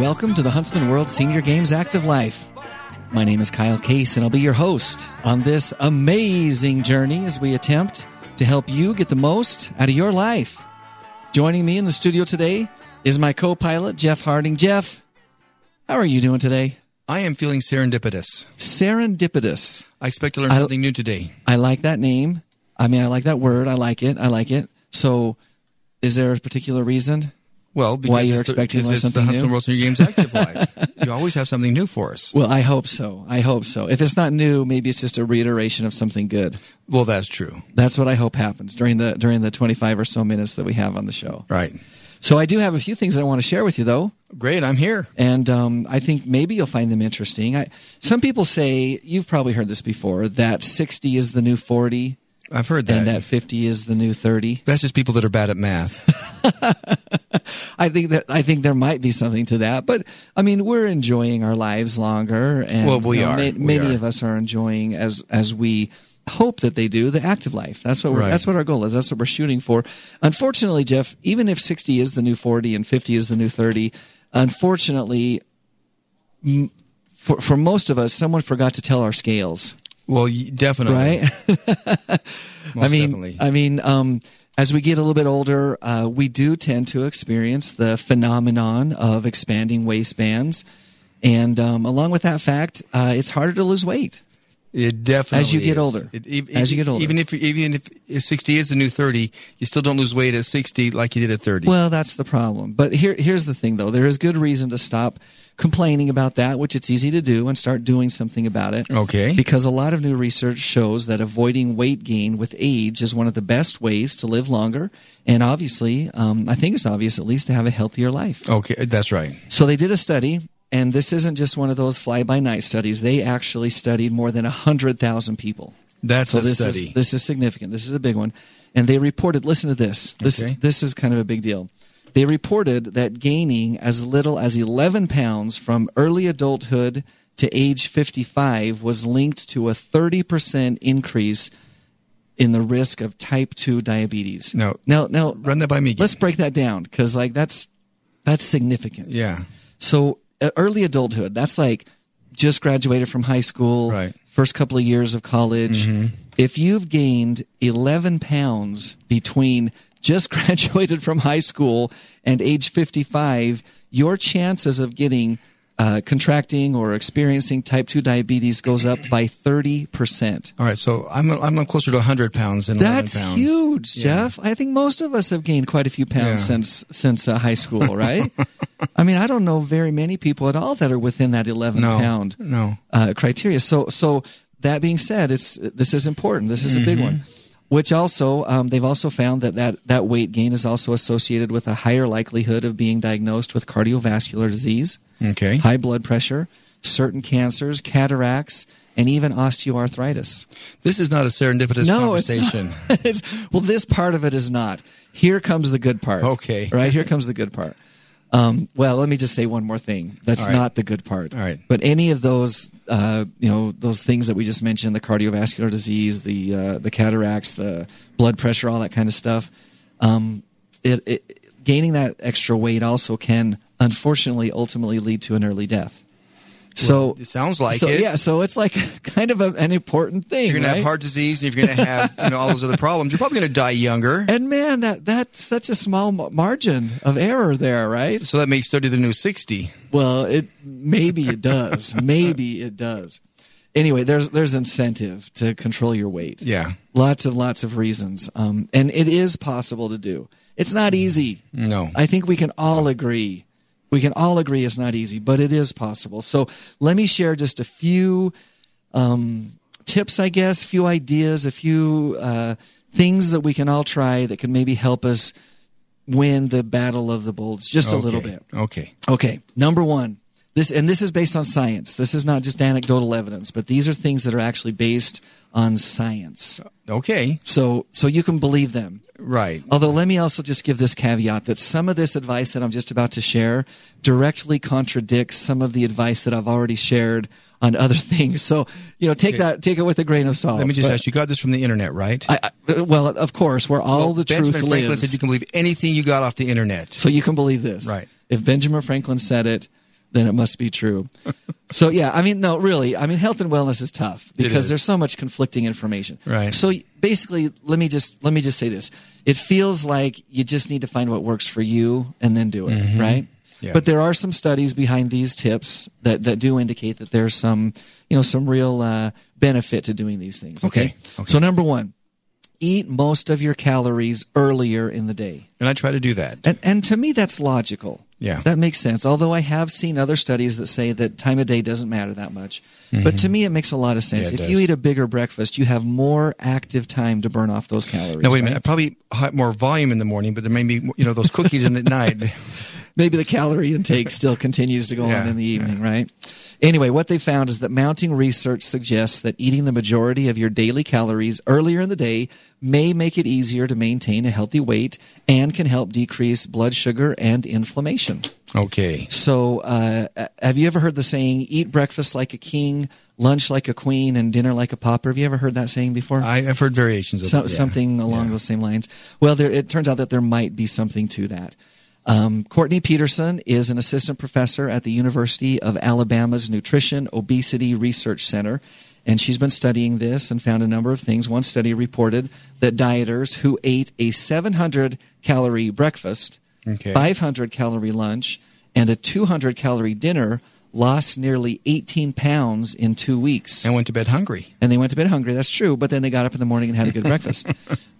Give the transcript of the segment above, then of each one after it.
welcome to the Huntsman World Senior Games Active Life. My name is Kyle Case, and I'll be your host on this amazing journey as we attempt to help you get the most out of your life. Joining me in the studio today is my co pilot, Jeff Harding. Jeff, how are you doing today? I am feeling serendipitous. Serendipitous. I expect to learn I- something new today. I like that name. I mean, I like that word. I like it. I like it. So, is there a particular reason? Well, because Why you're it's the- expecting to because learn it's something the Huntsman new? World Senior Games Active Life. You always have something new for us. Well, I hope so. I hope so. If it's not new, maybe it's just a reiteration of something good. Well, that's true. That's what I hope happens during the during the 25 or so minutes that we have on the show. Right. So I do have a few things that I want to share with you though, Great. I'm here. and um, I think maybe you'll find them interesting. I, some people say you've probably heard this before that 60 is the new 40 I've heard that. and that 50 is the new 30. That's just people that are bad at math. I think that I think there might be something to that, but I mean, we're enjoying our lives longer, and Well, we are. ma- We many are. of us are enjoying as as we hope that they do the active life. That's what we're, Right. that's what our goal is. That's what we're shooting for. Unfortunately, Jeff, even if sixty is the new forty and fifty is the new thirty, unfortunately, m- for for most of us, someone forgot to tell our scales. Well, y- definitely. Right? Most I mean, definitely. I mean, um, as we get a little bit older, uh, we do tend to experience the phenomenon of expanding waistbands, and um, along with that fact, uh, it's harder to lose weight. it definitely. as you get is. older. It- e- As you e- get older. Even if even if, if 60 is the new 30, you still don't lose weight at 60 like you did at 30. Well, that's the problem. But here, here's the thing, though: there is good reason to stop complaining about that, which it's easy to do, and start doing something about it. okay. Because a lot of new research shows that avoiding weight gain with age is one of the best ways to live longer, and obviously, um, I think it's obvious at least to have a healthier life. Okay. That's right. So they did a study, and this isn't just one of those fly by night studies. They actually studied more than 100,000 people. That's So a this study. is this is significant. This is a big one. And they reported, listen to this. This Okay. this is kind of a big deal. They reported that gaining as little as 11 pounds from early adulthood to age 55 was linked to a 30% increase in the risk of type 2 diabetes. Now- now, now Run that by me again. let's break that down because like that's that's significant. yeah. So uh, early adulthood, that's like just graduated from high school, Right. first couple of years of college. If you've gained 11 pounds between just graduated from high school and age 55, your chances of getting uh, contracting or experiencing type 2 diabetes goes up by 30%. All right. So I'm I'm closer to 100 pounds than 11 That's pounds. huge, Jeff. I think most of us have gained quite a few pounds Yeah. since since uh, high school, right? I mean, I don't know very many people at all that are within that eleven No. pound No. uh, criteria. So, so that being said, it's this is important. This is a big one. Mm-hmm. Which also, um, they've also found that, that that weight gain is also associated with a higher likelihood of being diagnosed with cardiovascular disease, Okay. high blood pressure, certain cancers, cataracts, and even osteoarthritis. This is not a serendipitous conversation. It's not. It's- well, this part of it is not. Here comes the good part. Okay. Right? Here comes the good part. Um, well, let me just say one more thing. That's All right. not the good part. All right. But any of those, uh, you know, those things that we just mentioned—the cardiovascular disease, the uh, the cataracts, the blood pressure, all that kind of stuff—um, it, it gaining that extra weight also can, unfortunately, ultimately lead to an early death. So Well, it sounds like so, it. Yeah. So it's like kind of a, an important thing. You're gonna right? have heart disease, and you're gonna have you know all those other problems. You're probably gonna die younger. And man, that that's such a small ma- margin of error there, right? So that makes thirty the new sixty. Well, it maybe it does. maybe it does. Anyway, there's there's incentive to control your weight. Yeah. Lots and lots of reasons. Um, and it is possible to do. It's not easy. No. I think we can all agree. We can all agree it's not easy, but it is possible. So let me share just a few um, tips, I guess, few ideas, a few uh, things that we can all try that can maybe help us win the battle of the bolds just a little Okay. bit. Okay. Okay, number one. This and this is based on science. This is not just anecdotal evidence, but these are things that are actually based on science. Okay. So so you can believe them. Right. Although, let me also just give this caveat that some of this advice that I'm just about to share directly contradicts some of the advice that I've already shared on other things. So, you know, take that, take it with a grain of salt. Let me just But ask. You got this from the internet, right? I, I, well, of course, where all the Benjamin truth Franklin lives. said you can believe anything you got off the internet. so you can believe this. Right. If Benjamin Franklin said it, then it must be true. so yeah, I mean, no, really, I mean, health and wellness is tough because is. there's so much conflicting information. Right. So y- basically, let me just let me just say this: it feels like you just need to find what works for you and then do it, right? Mm-hmm. Yeah. But there are some studies behind these tips that, that do indicate that there's some you know some real uh, benefit to doing these things. Okay. okay. So number one, eat most of your calories earlier in the day. And I try to do that. And, and to me, that's logical. Yeah. That makes sense. Although I have seen other studies that say that time of day doesn't matter that much. But to me, it makes a lot of sense. Mm-hmm. Yeah, it if does. you eat a bigger breakfast, you have more active time to burn off those calories. Now wait a minute. I right? probably had more volume in the morning, but there may be you know those cookies in the night. Maybe the calorie intake still continues to go on Yeah, in the evening, right? Anyway, what they found is that mounting research suggests that eating the majority of your daily calories earlier in the day may make it easier to maintain a healthy weight and can help decrease blood sugar and inflammation. Okay. So, uh, have you ever heard the saying, eat breakfast like a king, lunch like a queen, and dinner like a pauper? Have you ever heard that saying before? I, I've heard variations of So, it, yeah. Something along those same lines. Well, there, it turns out that there might be something to that. Um, Courtney Peterson is an assistant professor at the University of Alabama's Nutrition Obesity Research Center. And she's been studying this and found a number of things. One study reported that dieters who ate a 700 calorie breakfast, Okay. 500 calorie lunch, and a 200 calorie dinner lost nearly 18 pounds in two weeks And went to bed hungry. and they went to bed hungry. That's true, but then they got up in the morning and had a good breakfast.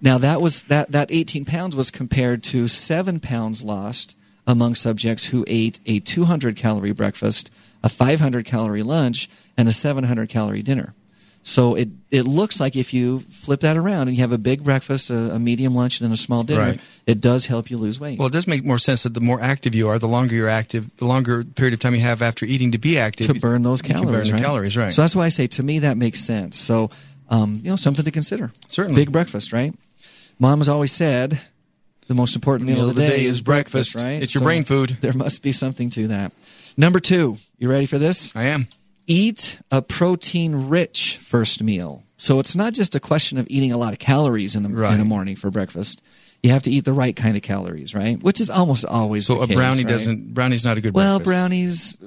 Now that was that that 18 pounds was compared to seven pounds lost among subjects who ate a 200 calorie breakfast, a 500 calorie lunch, and a 700 calorie dinner. So it it looks like if you flip that around and you have a big breakfast, a, a medium lunch, and then a small dinner, Right. it does help you lose weight. Well, it does make more sense that the more active you are, the longer you're active, the longer period of time you have after eating to be active to burn those you can calories, burn the right? calories, right. So that's why I say to me that makes sense. So, um, you know, something to consider. Certainly. big breakfast, right? Mom has always said the most important meal, of the day, is breakfast, right? It's your brain food. There must be something to that. Number two, you ready for this? I am. Eat a protein-rich first meal. So it's not just a question of eating a lot of calories in the in Right. the morning for breakfast. You have to eat the right kind of calories, right? Which is almost always So the a case, brownie right? doesn't. Brownie's not a good. Well, breakfast. brownies.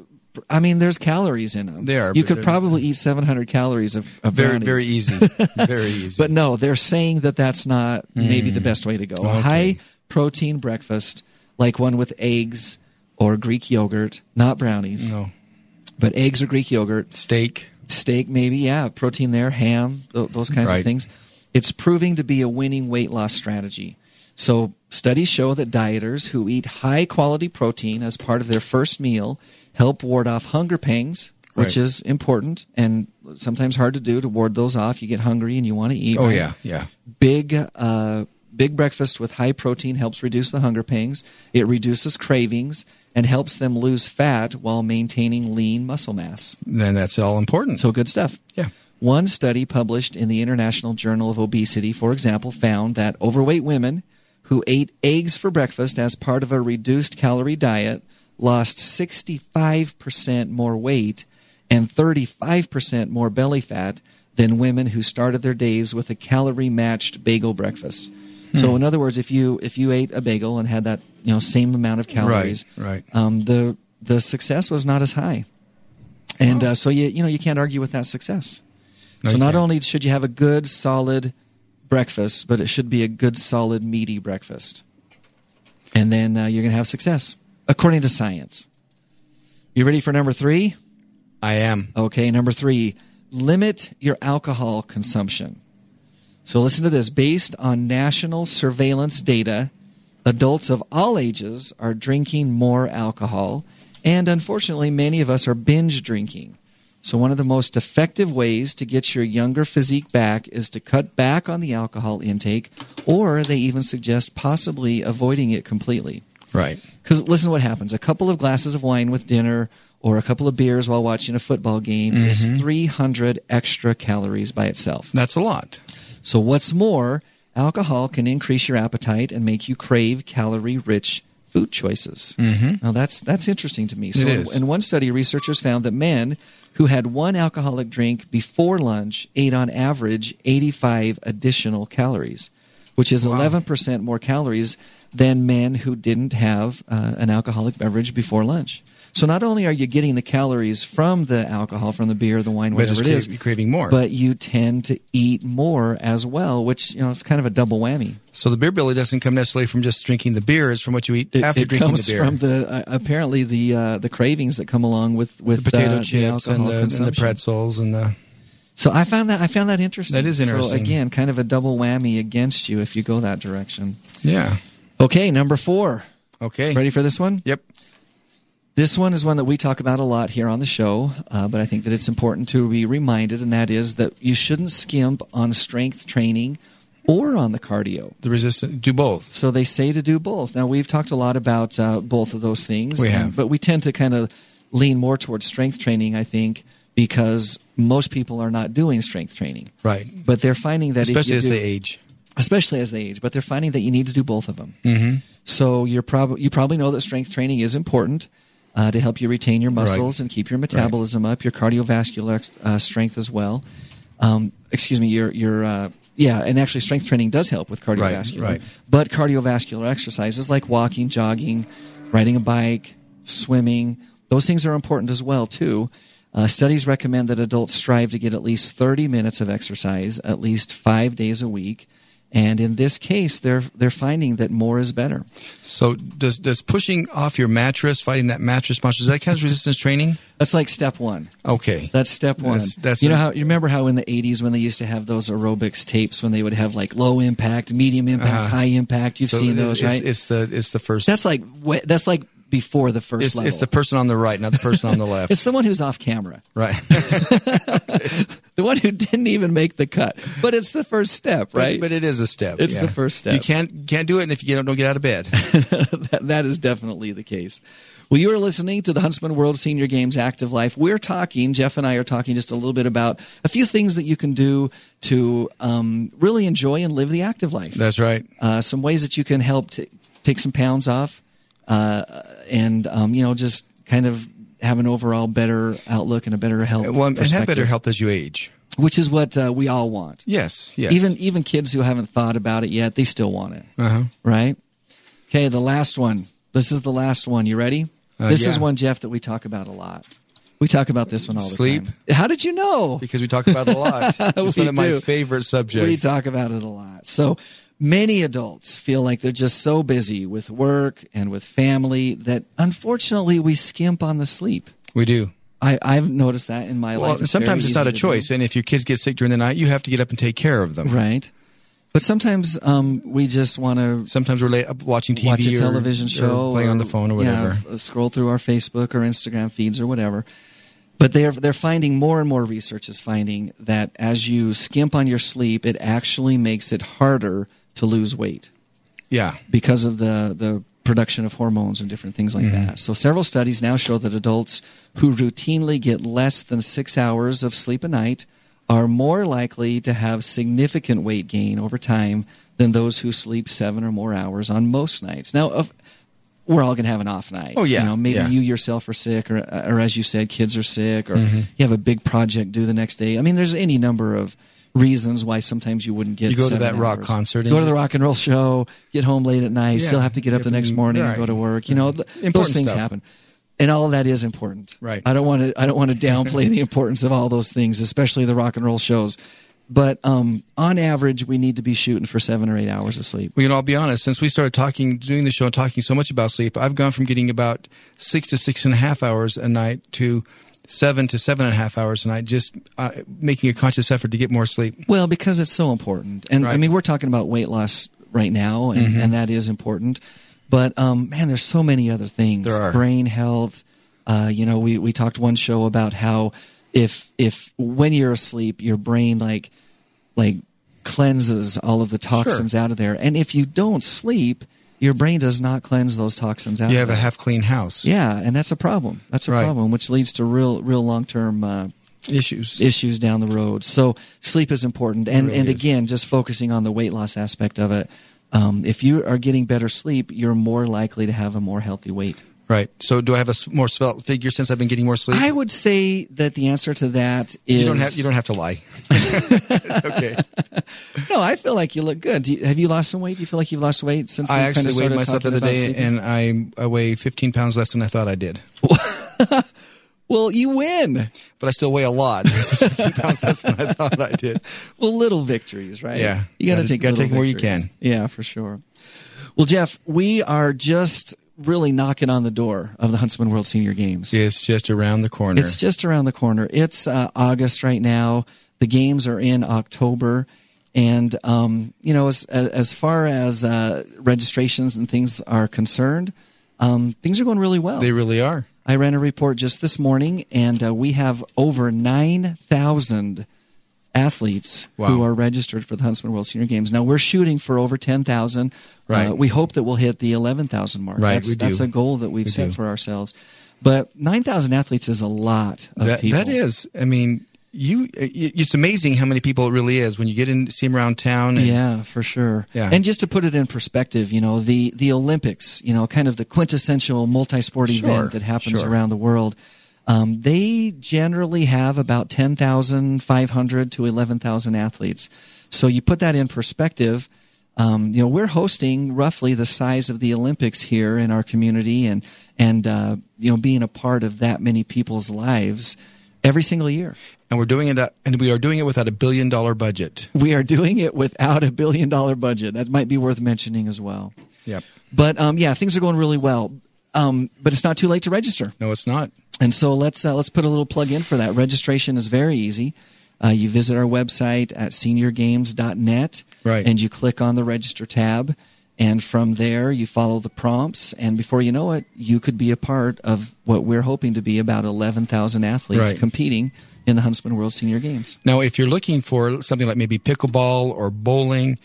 I mean, there's calories in them. There are, You but could they're- probably eat 700 calories of, of Very brownies. very easy. very easy. But no, they're saying that that's not maybe the best way to go. A Mm. Okay. high protein breakfast, like one with eggs or Greek yogurt, not brownies, no but eggs or Greek yogurt, steak. steak maybe, yeah, protein there, ham, th- those kinds of Right. things. It's proving to be a winning weight loss strategy. So studies show that dieters who eat high quality protein as part of their first meal help ward off hunger pangs, which Right. is important and sometimes hard to do to ward those off. You get hungry and you want to eat. Oh right? yeah, yeah. big uh, big breakfast with high protein helps reduce the hunger pangs. It reduces cravings and helps them lose fat while maintaining lean muscle mass. Then that's all important. So good stuff. Yeah. One study published in the International Journal of Obesity, for example, found that overweight women who ate eggs for breakfast as part of a reduced calorie diet lost 65% more weight and 35% more belly fat than women who started their days with a calorie matched bagel breakfast. So Hmm. in other words, if you if you ate a bagel and had that, you know, same amount of calories, right. Um, the the success was not as high. And uh, so you you know you can't argue with that success. No, so you not can't. only should you have a good solid breakfast, but it should be a good solid meaty breakfast, and then uh, you're going to have success according to science. You ready for number three? I am. Okay, number three, limit your alcohol consumption. So listen to this. Based on national surveillance data, adults of all ages are drinking more alcohol. And unfortunately, many of us are binge drinking. So, one of the most effective ways to get your younger physique back is to cut back on the alcohol intake, or they even suggest possibly avoiding it completely. Right. Because listen to what happens. A couple of glasses of wine with dinner or a couple of beers while watching a football game is 300 extra calories by itself. That's a lot. So, what's more, alcohol can increase your appetite and make you crave calorie rich food choices. Mm-hmm. Now, that's, that's interesting to me. So, It is. In, in one study, researchers found that men who had one alcoholic drink before lunch ate on average 85 additional calories, which is 11% more calories than men who didn't have uh, an alcoholic beverage before lunch. So not only are you getting the calories from the alcohol, from the beer, the wine, But whatever it's it is, cra- craving more. but you tend to eat more as well, which you know it's kind of a double whammy. so the beer belly doesn't come necessarily from just drinking the beer; it's from what you eat It, after it drinking comes the beer. from the uh, apparently the uh, the cravings that come along with with the potato uh, chips the and, alcohol the, and the consumption. pretzels and the So I found that I found that interesting. That is So interesting. again, kind of a double whammy against you if you go that direction. yeah. Okay, number four. Okay. Ready for this one? Yep. This one is one that we talk about a lot here on the show, uh, but I think that it's important to be reminded, and that is that you shouldn't skimp on strength training or on the cardio. The resistant. Do both. So they say to do both. Now we've talked a lot about uh, both of those things, We and- have. but we tend to kind of lean more towards strength training, I think, because most people are not doing strength training, Right. but they're finding that if you Especially as do- they age. especially as they age. But they're finding that you need to do both of them. Mm-hmm. So you're probably you probably know that strength training is important uh, to help you retain your muscles and keep your metabolism up, your cardiovascular ex- uh, strength as well. Um, excuse me, your your uh, yeah, and actually strength training does help with cardiovascular. right. But cardiovascular exercises like walking, jogging, riding a bike, swimming, those things are important as well too. Uh, studies recommend that adults strive to get at least 30 minutes of exercise at least five days a week, and in this case, they're they're finding that more is better. So does does pushing off your mattress, fighting that mattress monster, does that count as resistance training? That's like step one. Okay. That's step one. That's- that's you know a- how you remember how in the '80s when they used to have those aerobics tapes when they would have like low impact, medium impact, high impact. You've Uh-huh. So seen it- those, it's, right? It's the it's the first. that's like we- that's like before the first it's, level. it's the person on the right, not the person on the left. It's the one who's off camera, right. the one who didn't even make the cut. But it's the first step, right? But it is a step. It's yeah. the first step. You can't can't do it if you don't, don't get out of bed. that, that is definitely the case. Well, you are listening to the Huntsman World Senior Games Active Life. We're talking, Jeff and I are talking just a little bit about a few things that you can do to um, really enjoy and live the active life. That's right. uh, some ways that you can help t- take some pounds off, uh, and um, you know, just kind of have an overall better outlook and a better health. Well, and have perspective, better health as you age. which is what uh, we all want. Yes. Yes. Even even kids who haven't thought about it yet, they still want it, Uh-huh. right? Okay, the last one. This is the last one. You ready? Uh, this is yeah. one, Jeff, that we talk about a lot. We talk about this one all the Sleep. time. How did you know? because we talk about it a lot. It's We one of my do. favorite subjects. We talk about it a lot. So many adults feel like they're just so busy with work and with family that unfortunately we skimp on the sleep. We do. I, I've noticed that in my life. Well, It's sometimes very it's not easy a to do. choice, and if your kids get sick during the night, you have to get up and take care of them. Right. But sometimes um, we just want to Sometimes we're late, up watching TV, watch a or- television or show, playing on the phone, or whatever. yeah, f- scroll through our Facebook or Instagram feeds or whatever. But they're they're finding more and more research is finding that as you skimp on your sleep, it actually makes it harder to lose weight. Yeah. because of the the production of hormones and different things like Mm-hmm. that. So several studies now show that adults who routinely get less than 6 hours of sleep a night are more likely to have significant weight gain over time than those who sleep 7 or more hours on most nights. Now of we're all going to have an off night. Oh, yeah, You know, maybe yeah. you yourself are sick or or as you said kids are sick or Mm-hmm. you have a big project due the next day. I mean there's any number of reasons why sometimes you wouldn't get You go to seven that rock hours. concert and go to the you- rock and roll show, get home late at night, Yeah. still have to get up Get the up next and- morning and right. go to work. You know, th- those Important things stuff. happen, and all of that is important. Right. I don't want to. I don't want to downplay the importance of all those things, especially the rock and roll shows. But um, on average, we need to be shooting for seven or eight hours of sleep. We can all be honest. Since we started talking, doing the show, and talking so much about sleep, I've gone from getting about six to six and a half hours a night to seven to seven and a half hours a night. Just uh, making a conscious effort to get more sleep. Well, because it's so important, and I Right. Mm-hmm. mean, we're talking about weight loss right now, and, and that is important. But um, man, there's so many other things. There are. brain health. Uh, you know, we we talked one show about how if if when you're asleep, your brain like like cleanses all of the toxins out of there, and if you don't sleep, your brain does not cleanse those toxins out. You of have a there. half clean house. Uh-huh. yeah, and that's a problem. That's a Right. problem, which leads to real real long term. Uh, Issues. issues down the road. So sleep is important, and really and is. again, just focusing on the weight loss aspect of it. Um, if you are getting better sleep, you're more likely to have a more healthy weight. right. So, do I have a s- more svelte figure since I've been getting more sleep? I would say that the answer to that is you don't have. You don't have to lie. It's okay. no. I feel like you look good. Do you, have you lost some weight? Do you feel like you've lost weight since I we actually kind of weighed started myself the talking other about day, sleeping? and I I weigh 15 pounds less than I thought I did. Well, you win. but I still weigh a lot. It's a few pounds less than I thought I did. Well, little victories, right? Yeah. You got to Gotta- take gotta little take 'em where you victories. can. Yeah, for sure. Well, Jeff, we are just really knocking on the door of the Huntsman World Senior Games. It's just around the corner. It's just around the corner. It's uh, August right now. The games are in October, and um, you know, as as- as far as uh, registrations and things are concerned, um, things are going really well. they really are. I ran a report just this morning, and uh, we have over nine thousand athletes who Wow. are registered for the Huntsman World Senior Games. Now we're shooting for over ten thousand. Uh, Right. we hope that we'll hit the eleven thousand mark. Right, That's, we do. that's a goal that we've set do. for ourselves. But nine thousand athletes is a lot of That, people. that is. I mean, you. It, it's amazing how many people it really is when you get in, see them around town. And, Yeah, for sure. Yeah. And just to put it in perspective, you know, the the Olympics, you know, kind of the quintessential multi-sport Sure, event that happens sure. around the world. Um, they generally have about 10,500 to 11,000 athletes. So you put that in perspective, um, you know, we're hosting roughly the size of the Olympics here in our community and, and, uh, you know, being a part of that many people's lives every single year. and we're doing it. uh, And we are doing it without a billion dollar budget. We are doing it without a billion dollar budget. That might be worth mentioning as well. Yep. But um, yeah, things are going really well. Um, but it's not too late to register, No, it's not. and so let's uh, let's put a little plug in for that. Registration is very easy. Uh, you visit our website at seniorgames.net, Right. And you click on the register tab, and from there you follow the prompts, and before you know it, you could be a part of what we're hoping to be about eleven thousand athletes Right. competing in the Huntsman World Senior Games. Now, if you're looking for something like maybe pickleball or bowling,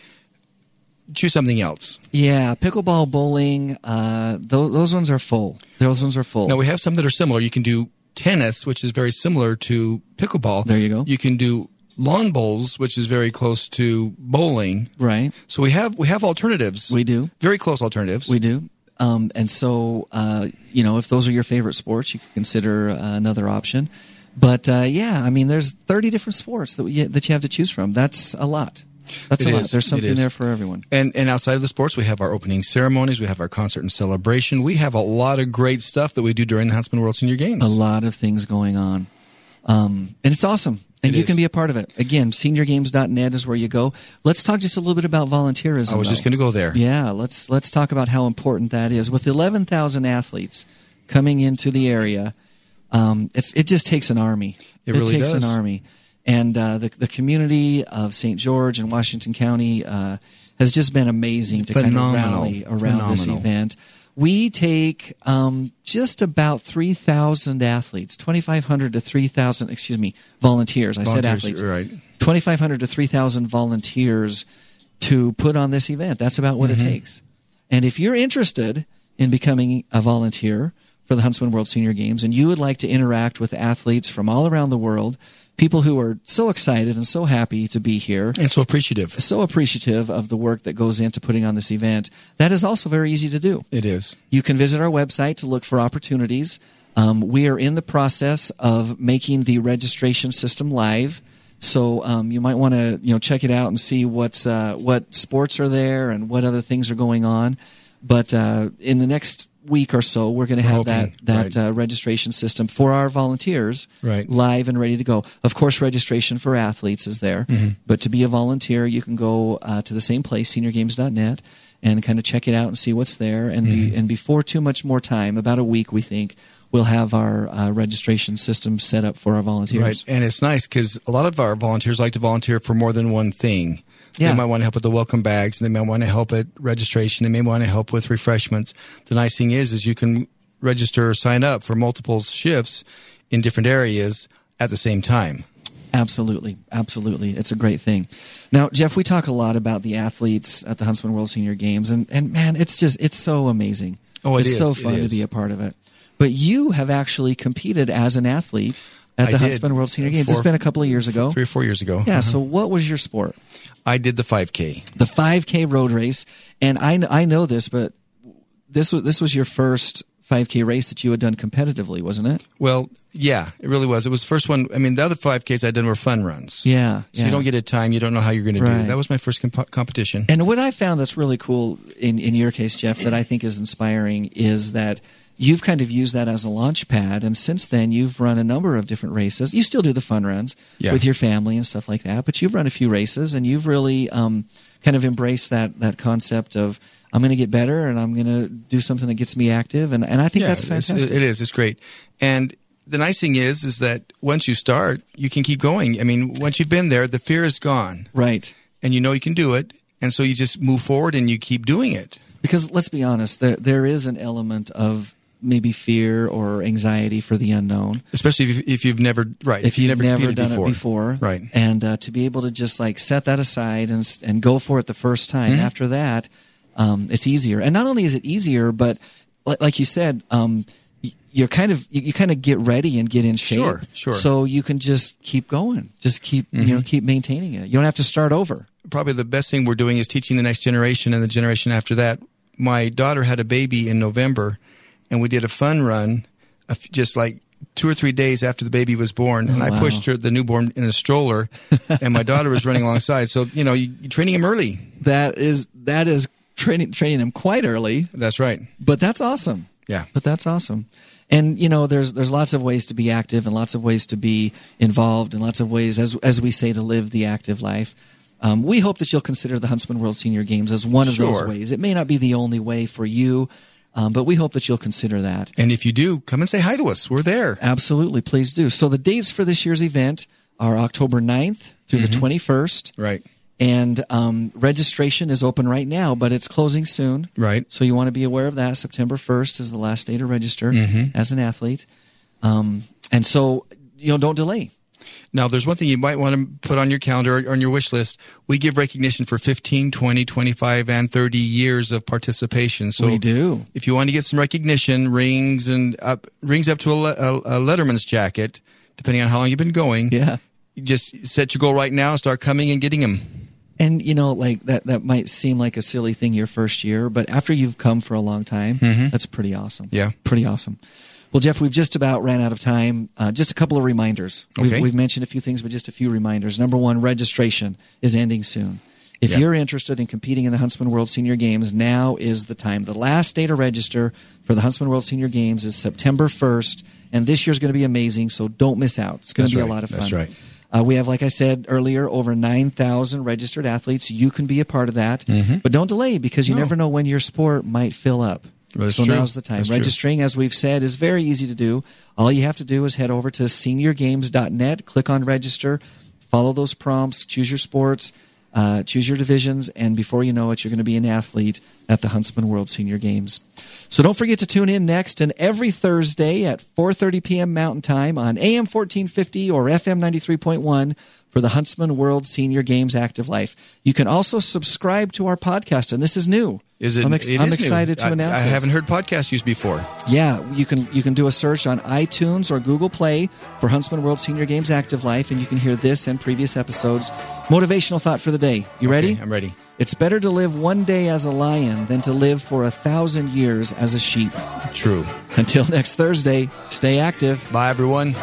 choose something else. Yeah, pickleball, bowling, uh, those, those ones are full. Those ones are full. Now we have some that are similar. You can do tennis, which is very similar to pickleball. There you go. You can do lawn bowls, which is very close to bowling. right? So we have we have alternatives. We do. very close alternatives. We do. Um, and so, uh, you know, if those are your favorite sports, you could consider uh, another option. But uh, yeah, I mean, there's 30 different sports that, we, that you have to choose from. That's a lot. That's It a lot. is. There's It something is. there for everyone. and and outside of the sports, we have our opening ceremonies, we have our concert and celebration. We have a lot of great stuff that we do during the Huntsman World Senior Games. A lot of things going on. Um, and it's awesome. And It you is. can be a part of it. Again, seniorgames.net is where you go. Let's talk just a little bit about volunteerism. I was just though. going to go there. Yeah, let's let's talk about how important that is. With eleven thousand athletes coming into the area, um, it's it just takes an army. It really takes an does. army, and uh, the the community of St. George and Washington County uh, has just been amazing to Phenomenal. kind of rally around this Phenomenal. event. We take um, just about three thousand athletes, twenty five hundred to three thousand. Excuse me, volunteers. I said Volunteers, athletes. right. 2,500 to 3,000 volunteers to put on this event. That's about what Mm-hmm. it takes. And if you're interested in becoming a volunteer for the Huntsman World Senior Games and you would like to interact with athletes from all around the world, people who are so excited and so happy to be here, And so appreciative so appreciative of the work that goes into putting on this event, that is also very easy to do. it is. You can visit our website to look for opportunities. Um, we are in the process of making the registration system live, so um, you might want to you know check it out and see what's uh, what sports are there and what other things are going on. But uh, in the next week or so, we're going to have hoping, that that right. uh, registration system for our volunteers Right. live and ready to go. Of course, registration for athletes is there, but to be a volunteer, you can go uh, to the same place, seniorgames.net, and kind of check it out and see what's there. And be, and before too much more time, about a week, we think we'll have our uh, registration system set up for our volunteers. Right. And it's nice because a lot of our volunteers like to volunteer for more than one thing. Yeah. They might want to help with the welcome bags. They may want to help at registration. They may want to help with refreshments. The nice thing is, is you can register or sign up for multiple shifts in different areas at the same time. Absolutely, absolutely. It's a great thing. Now, Jeff, we talk a lot about the athletes at the Huntsman World Senior Games, and and man, it's just it's so amazing. Oh, it it's is. so It fun to is. be a part of it. But you have actually competed as an athlete at I the did. Huntsman World Senior Games. Four- it's been a couple of years ago. Three Uh-huh. or four years ago. yeah. So, what was your sport? I did the 5K. The 5K road race, and I kn- I know this, but this was this was your first 5K race that you had done competitively, wasn't it? Well, Yeah, it really was. It was the first one. I mean, the other 5Ks I'd done were fun runs. Yeah. So you don't get a time. You don't know how you're going to do. Right. That was my first comp- competition. And what I found that's really cool in, in your case, Jeff, that I think is inspiring is that you've kind of used that as a launch pad. And since then, you've run a number of different races. You still do the fun runs Yeah. with your family and stuff like that, but you've run a few races and you've really um, kind of embraced that, that concept of I'm going to get better and I'm going to do something that gets me active. And, and I think that's it's- fantastic. It is. It's great. And the nice thing is, is that once you start, you can keep going. I mean, once you've been there, the fear is gone, right. and you know you can do it, and so you just move forward and you keep doing it. Because let's be honest, there, there is an element of maybe fear or anxiety for the unknown. Especially if, if you've never right, if you've never, competed done it before, right? And uh, to be able to just like set that aside and s- and go for it the first Mm-hmm. time. After that, um, it's easier. And not only is it easier, but li- like you said, um, y- you're kind of you, you kind of get ready and get in shape. Sure, sure. Mm-hmm. So you can just keep going, just keep you know keep maintaining it. You don't have to start over. Probably the best thing we're doing is teaching the next generation and the generation after that. My daughter had a baby in November, and we did a fun run, a f- just like two or three days after the baby was born, and Oh, wow. I pushed her, the newborn, in a stroller, and my daughter was running alongside. So you know, you, you're training them early. That is that is training training them quite early. That's right. but that's awesome. Yeah. But that's awesome. And you know, there's there's lots of ways to be active and lots of ways to be involved and lots of ways as as we say to live the active life. Um, we hope that you'll consider the Huntsman World Senior Games as one of those Sure. ways. It may not be the only way for you, um, but we hope that you'll consider that. And if you do, come and say hi to us. We're there. Absolutely, please do. So the dates for this year's event are October 9th through the 21st. Mm-hmm. Right. And um, registration is open right now, but it's closing soon. Right. So you want to be aware of that. September 1st is the last day to register as an athlete. Um, and so, you know, don't delay. Now, there's one thing you might want to put on your calendar or on your wish list. We give recognition for 15, 20, 25, and 30 years of participation. So We do. If you want to get some recognition, rings and up, rings up to a, le- a, a letterman's jacket, depending on how long you've been going. Yeah. you Just set your goal right now. and Start coming and getting them. And, you know, like that, that might seem like a silly thing your first year, but after you've come for a long time, that's pretty awesome. Mm-hmm. Yeah. Pretty awesome. Well, Jeff, we've just about ran out of time. Uh, just a couple of reminders. We've, Okay. we've mentioned a few things, but just a few reminders. Number one, registration is ending soon. If Yeah. you're interested in competing in the Huntsman World Senior Games, now is the time. The last day to register for the Huntsman World Senior Games is September 1st, and this year's going to be amazing, so don't miss out. It's going to That's be a right. lot of fun. That's right. Uh, we have, like I said earlier, over 9,000 registered athletes. You can be a part of that. Mm-hmm. But don't delay because you never know when your sport might fill up. That's so true. now's the time. That's true. Registering, as we've said, is very easy to do. All you have to do is head over to seniorgames.net, click on register, follow those prompts, choose your sports, uh, choose your divisions, and before you know it, you're going to be an athlete at the Huntsman World Senior Games. So don't forget to tune in next and every Thursday at 4:30 p.m. Mountain Time on AM 1450 or FM 93.1 for the Huntsman World Senior Games Active Life. You can also subscribe to our podcast, and this is new. Is it? I'm, ex- it I'm is new. excited to I- announce. I this. haven't heard podcast used before. Yeah, you can you can do a search on iTunes or Google Play for Huntsman World Senior Games Active Life, and you can hear this and previous episodes. Motivational thought for the day. You ready? Okay, I'm ready. It's better to live one day as a lion than to live for a thousand years as a sheep. True. Until next Thursday, stay active. Bye, everyone.